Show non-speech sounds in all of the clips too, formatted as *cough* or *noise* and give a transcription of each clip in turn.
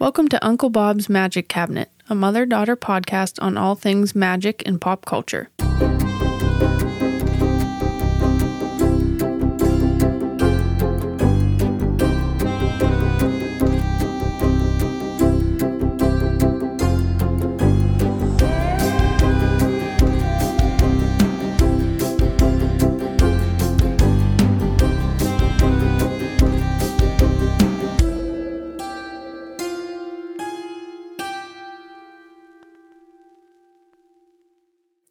Welcome to Uncle Bob's Magic Cabinet, a mother daughter podcast on all things magic and pop culture.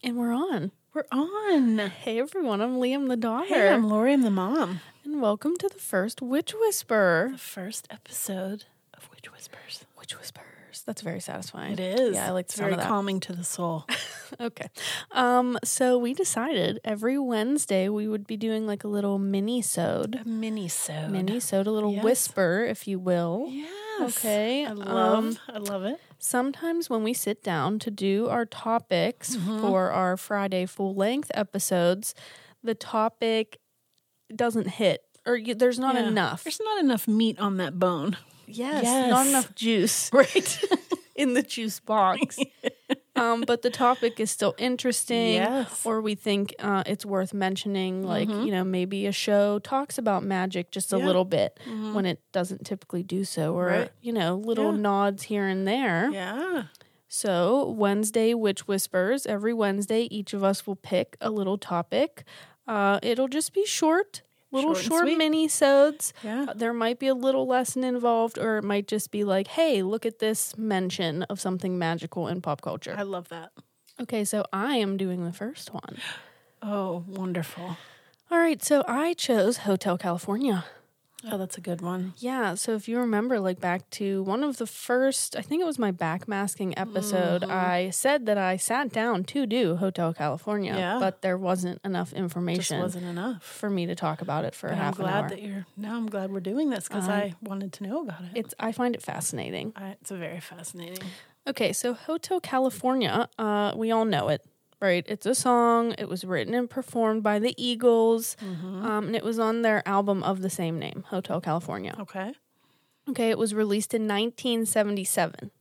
And we're on. We're on. Hey everyone, I'm Liam the daughter. Hey, I'm Lori. I'm the mom. and welcome to the first Witch Whisperer. First episode of Witch Whispers. Witch Whisperers. That's very satisfying. It is. Yeah, I like the it's sound very of that. calming to *laughs* the soul. Okay. Um, so we decided every Wednesday we would be doing like a little mini sode. Mini so. Mini sode, a little Yes. whisper, if you will. Yes. Okay, I love. um, I love it. Sometimes when we sit down to do our topics for our Friday full length episodes, the topic doesn't hit or you, there's not Yeah. enough. There's not enough meat on that bone. yes, not Yes. enough *laughs* juice Right. in the juice box. *laughs* um, but the topic is still interesting, Yes. or we think uh, it's worth mentioning. Like you know, maybe a show talks about magic just a Yeah. little bit when it doesn't typically do so, or Right. you know, little Yeah. nods here and there. yeah. So, Wednesday Witch Whispers. Every Wednesday, each of us will pick a little topic. Uh, it'll just be short, little Short and short, sweet. mini-sodes. Yeah. Uh, There might be a little lesson involved, or it might just be like, hey, look at this mention of something magical in pop culture. I love that. Okay, so I am doing the first one. Oh, wonderful. All right, so I chose Hotel California. Oh, that's a good one. Yeah, so if you remember, like back to one of the first, I think it was my backmasking episode, Mm-hmm. I said that I sat down to do Hotel California, Yeah. but there wasn't enough Just information wasn't enough. for me to talk about it for But I'm half an hour. glad that you're. Now I'm glad we're doing this because I wanted to know about it. it's I find it fascinating. I, it's a very fascinating. Okay, so Hotel California, uh, we all know it, right? It's a song. It was written and performed by the Eagles, Mm-hmm. um, and it was on their album of the same name, Hotel California. Okay. Okay, it was released in 1977.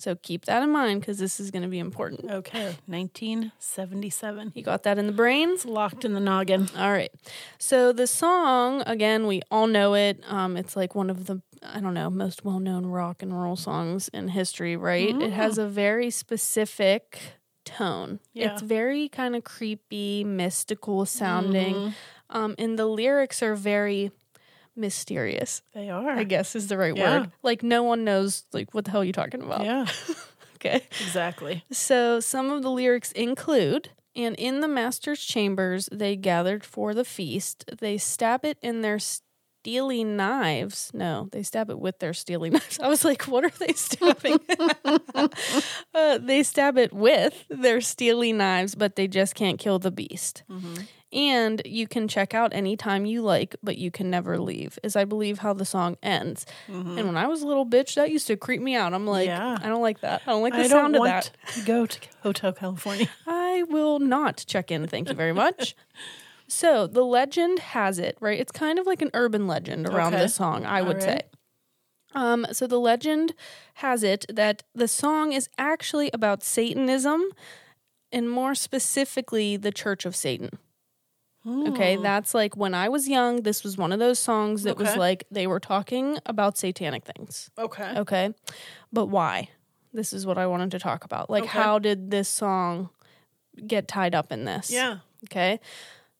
So keep that in mind because this is going to be important. Okay. 1977. You got that in the brain? It's locked in the noggin. All right. So the song, again, we all know it. Um, it's like one of the, I don't know, most well known rock and roll songs in history, right? It has a very specific tone. Mm. Yeah. It's very kind of creepy, mystical sounding. Mm-hmm. Um, and the lyrics are very mysterious, They are. I guess is the right Ah. Yeah. word. Like no one knows like what the hell are you talking about. Yeah, Okay. exactly. So some of the lyrics include and in the master's chambers they gathered for the feast they stab it in their steely knives no they stab it with their steely *laughs* knives i was like what are they stabbing *laughs* uh, they stab it with their steely knives but they just can't kill the beast Mm-hmm. and you can check out anytime you like but you can never leave is i believe how the song ends and when i was a little bitch that used to creep me out i'm like Mm-hmm. Yeah. i don't like that i don't like the I don't sound of want that to go to Hotel *laughs* California. I will not check in. Thank you very *laughs* much. so the legend has it, right? It's kind of like an urban legend around Okay. this song, I would say. right. Um, so the legend has it that the song is actually about Satanism and more specifically the Church of Satan. Mm. Okay, that's like when I was young, this was one of those songs that was Hmm. Okay. like they were talking about satanic things. Okay. Okay. But why? This is what I wanted to talk about. Like, Okay. how did this song get tied up in this? Yeah. Okay.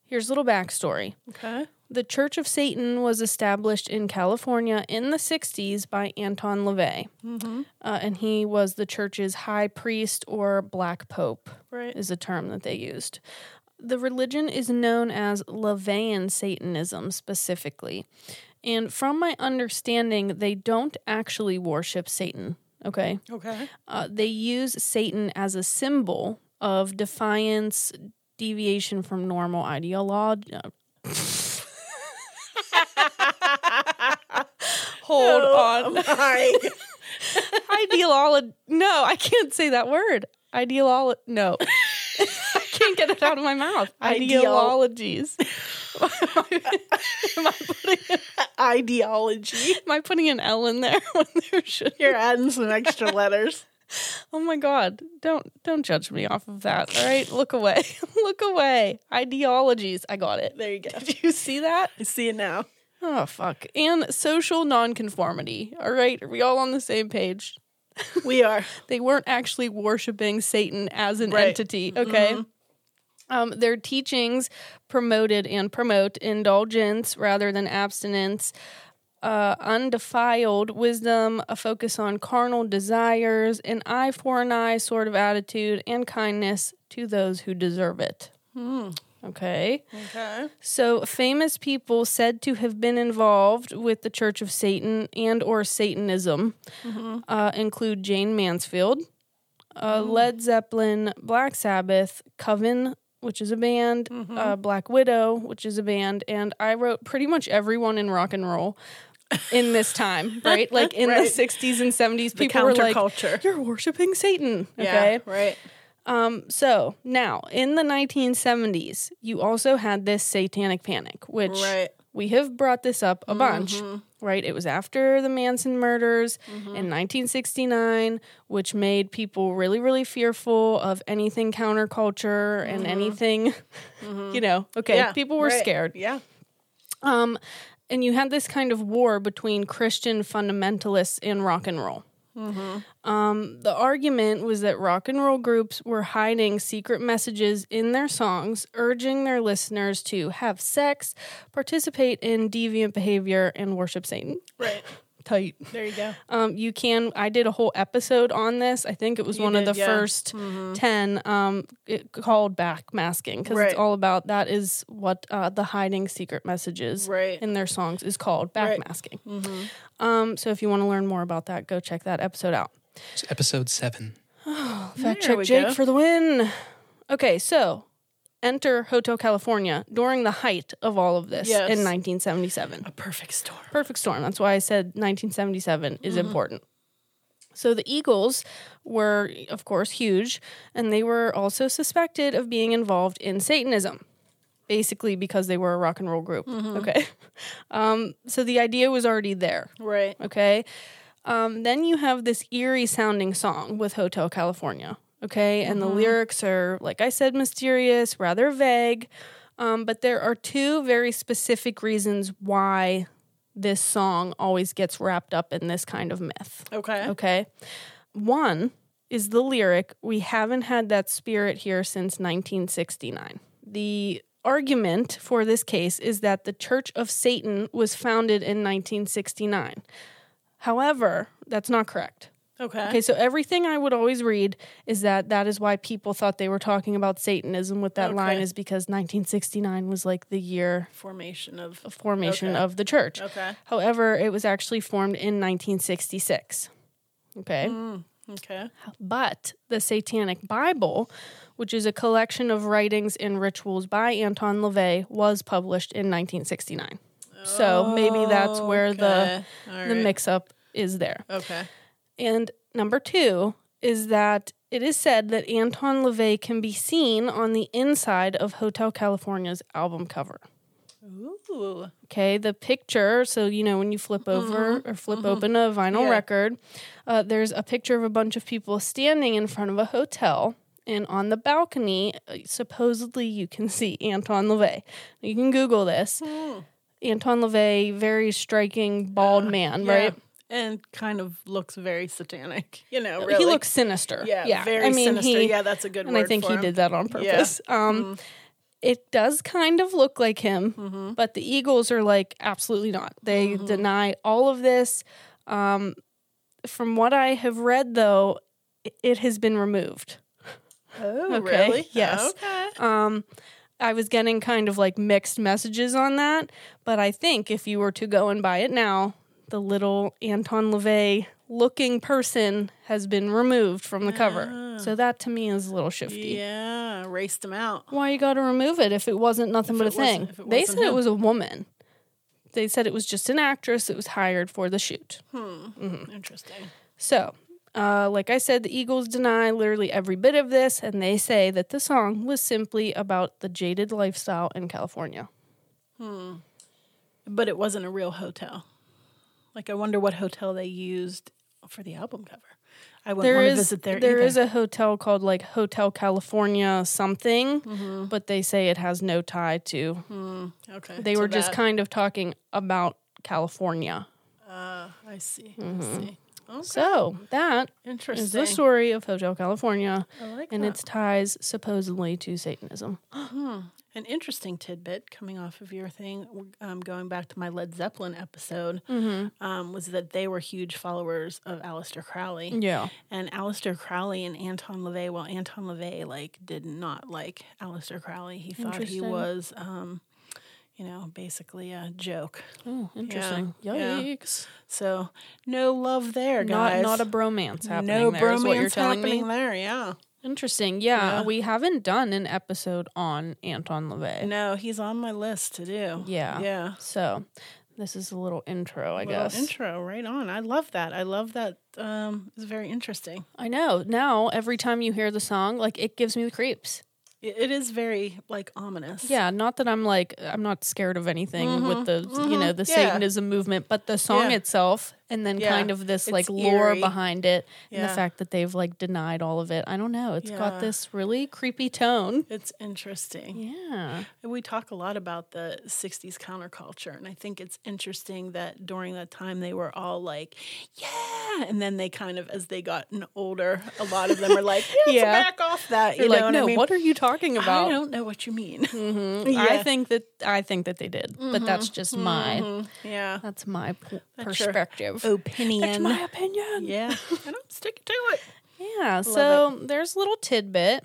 Here's a little backstory. Okay. The Church of Satan was established in California in the 60s by Anton LaVey. Mm-hmm. Uh, and he was the church's high priest or black pope, Right. is a term that they used. The religion is known as LaVeyan Satanism specifically. And from my understanding, they don't actually worship Satan, okay? *laughs* Okay. Uh, they use Satan as a symbol of defiance, deviation from normal ideology. Hold Oh on. *laughs* *laughs* Ideology. No, I can't say that word. *laughs* Ideology. No. I can't get it out of my mouth. Ideal- Ideologies. *laughs* am, I putting, Ideology. *laughs* am I putting an L in there *laughs* when there should? You're adding some extra letters. Oh my God! Don't don't judge me off of that. All right, look away, *laughs* look away. Ideologies. I got it. There you go. Did you see that? I see it now. Oh fuck. And social nonconformity. All right, are we all on the same page? *laughs* We are. They weren't actually worshiping Satan as an Right. entity. Okay. Um, their teachings promoted and promote indulgence rather than abstinence, uh, undefiled wisdom, a focus on carnal desires, an eye for an eye sort of attitude, and kindness to those who deserve it. Okay. Okay. So famous people said to have been involved with the Church of Satan and or Satanism Mm-hmm. uh, include Jane Mansfield, uh, Led Zeppelin, Black Sabbath, Coven, which is a band, Mm-hmm. uh, Black Widow, which is a band, and I wrote pretty much everyone in rock and roll in this *laughs* time, right? Like in the Right. 60s and 70s, The people were like, counterculture. "You're worshiping Satan." Okay. Yeah, right. Um, so now in the 1970s, you also had this satanic panic, which Right. Mm-hmm. we have brought this up a bunch, right? It was after the Manson murders in 1969, which made people really, really fearful of anything counterculture and anything, *laughs* you know, okay, Mm-hmm. Yeah, people were right. scared. Yeah. Um, and you had this kind of war between Christian fundamentalists and rock and roll. Mm-hmm. Um, the argument was that rock and roll groups were hiding secret messages in their songs, urging their listeners to have sex, participate in deviant behavior, and worship Satan. Right. Tight. There you go. Um, you can. I did a whole episode on this. I think it was You one of did, the yeah. Mm-hmm. first ten um, it, called back masking because Right. it's all about that is what uh, the hiding secret messages Right. in their songs is called back Right. Mm-hmm. masking. Um, so if you want to learn more about that, go check that episode out. It's episode seven. Fact There check we Jake go. for the win. Okay, so enter Hotel California during the height of all of this Yes. in 1977. A perfect storm. Perfect Storm. That's why I said 1977 is important. So the Eagles were, of course, huge, and they were also suspected of being involved in Satanism, basically because they were a rock and roll group. Okay. *laughs* Um, so the idea was already there. Right. Okay. Um, then you have this eerie sounding song with Hotel California. Okay. And the lyrics are, like I said, mysterious, rather vague. Um, but there are two very specific reasons why this song always gets wrapped up in this kind of myth. Okay. Okay. One is the lyric, We haven't had that spirit here since 1969. The argument for this case is that the Church of Satan was founded in 1969. However, that's not correct. Okay. Okay, so everything I would always read is that that is why people thought they were talking about Satanism with that line Okay. is because 1969 was like the year Formation of. of formation Okay. of the church. Okay. However, it was actually formed in 1966. Okay. Okay. But the Satanic Bible, which is a collection of writings and rituals by Anton LaVey, was published in 1969. So maybe that's where the Oh, Okay. All the right. mix up is there. Okay. And number 2 is that it is said that Anton LaVey can be seen on the inside of Hotel California's album cover. Ooh. Okay, the picture. So you know when you flip over or flip open a vinyl Mm-hmm. Yeah. record, uh, there's a picture of a bunch of people standing in front of a hotel, and on the balcony, uh, supposedly you can see Anton LaVey. You can Google this. Hmm. Anton LaVey, very striking bald man, Uh, Yeah. right? And kind of looks very satanic. You know, really. He looks sinister. Yeah. Very I mean, sinister. He, yeah, that's a good and word. I think for he him. Mm-hmm. did that on Yeah. Mm. purpose. Um, It does kind of look like him, but the Eagles are like, absolutely not. They deny all of this. Um, from what I have read, though, i- it has been removed. Oh, Okay, really? yes. Okay. Um, I was getting kind of like mixed messages on that, but I think if you were to go and buy it now, the little Anton LaVey looking person has been removed from the cover. So that to me is a little shifty. Yeah. Raced him out. Why you got to remove it if it wasn't nothing If but a it wasn't- thing? if it They wasn't said it him. was a woman. They said it was just an actress that was hired for the shoot. Hmm. Interesting. So, uh, like I said, the Eagles deny literally every bit of this, and they say that the song was simply about the jaded lifestyle in California. But it wasn't a real hotel. Like I wonder what hotel they used for the album cover. I wouldn't There want to is visit there there. is either. a hotel called like Hotel California something, Mm-hmm. but they say it has no tie to. Hmm, okay. They so were just that- kind of talking about California. I see. Mm-hmm. I see. Okay. So that Interesting. is the story of Hotel California I like and that. its ties supposedly to Satanism. An interesting tidbit coming off of your thing, um, going back to my Led Zeppelin episode, Mm. um, was that they were huge followers of Aleister Crowley. Yeah. And Aleister Crowley and Anton LaVey, well, Anton LaVey, like, did not like Aleister Crowley. He thought he Interesting. was, um, you know, basically a joke. Oh, interesting. Yeah. Yikes. So, no love there, Not guys. not a bromance happening no there is what you're bromance telling happening me. there, yeah. Interesting. Yeah, Yeah. we haven't done an episode on Anton LaVey. No, he's on my list to do. Eh. Yeah. Yeah. So, this is a little intro, I Little guess. intro right on. I love that. I love that. Um, it's very interesting. I know. Now, every time you hear the song, like it gives me the creeps. It, it is very like ominous. Yeah, not that I'm like I'm not scared of anything with the you know the Mm-hmm. yeah. Satanism movement, but the song Yeah. itself, and then Yeah, kind of this it's like lore eerie. behind it, and the Yeah. fact that they've like denied all of it. I don't know. It's got Yeah. this really creepy tone. It's interesting. Yeah, We talk a lot about the 60s counterculture, and I think it's interesting that during that time they were all like, yeah. And then they kind of, as they gotten older, a lot of them *laughs* were like, yeah, let's Yeah. back off that. You you're know like, what no, I mean? what are you talking about? Mm-hmm. I don't know what *laughs* you mean. I *laughs* Yeah. think that I think that they did, but that's just my yeah. that's my p- That's your perspective. Opinion. That's *laughs* my opinion. yeah. And I'm sticking to it. Yeah. So there's a little tidbit.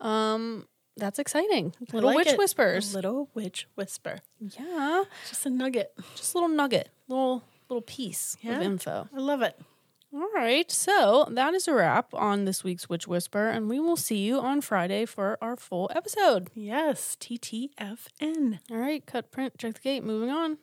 Um, that's exciting. I Little like witch it. whispers. Little witch whisper. Yeah. Just a nugget. Just a little nugget, little little piece Yeah. of info. I love it. All right. So that is a wrap on this week's witch whisper, and we will see you on Friday for our full episode. Yes. TTFN. All right. Cut print. Check the gate. Moving on.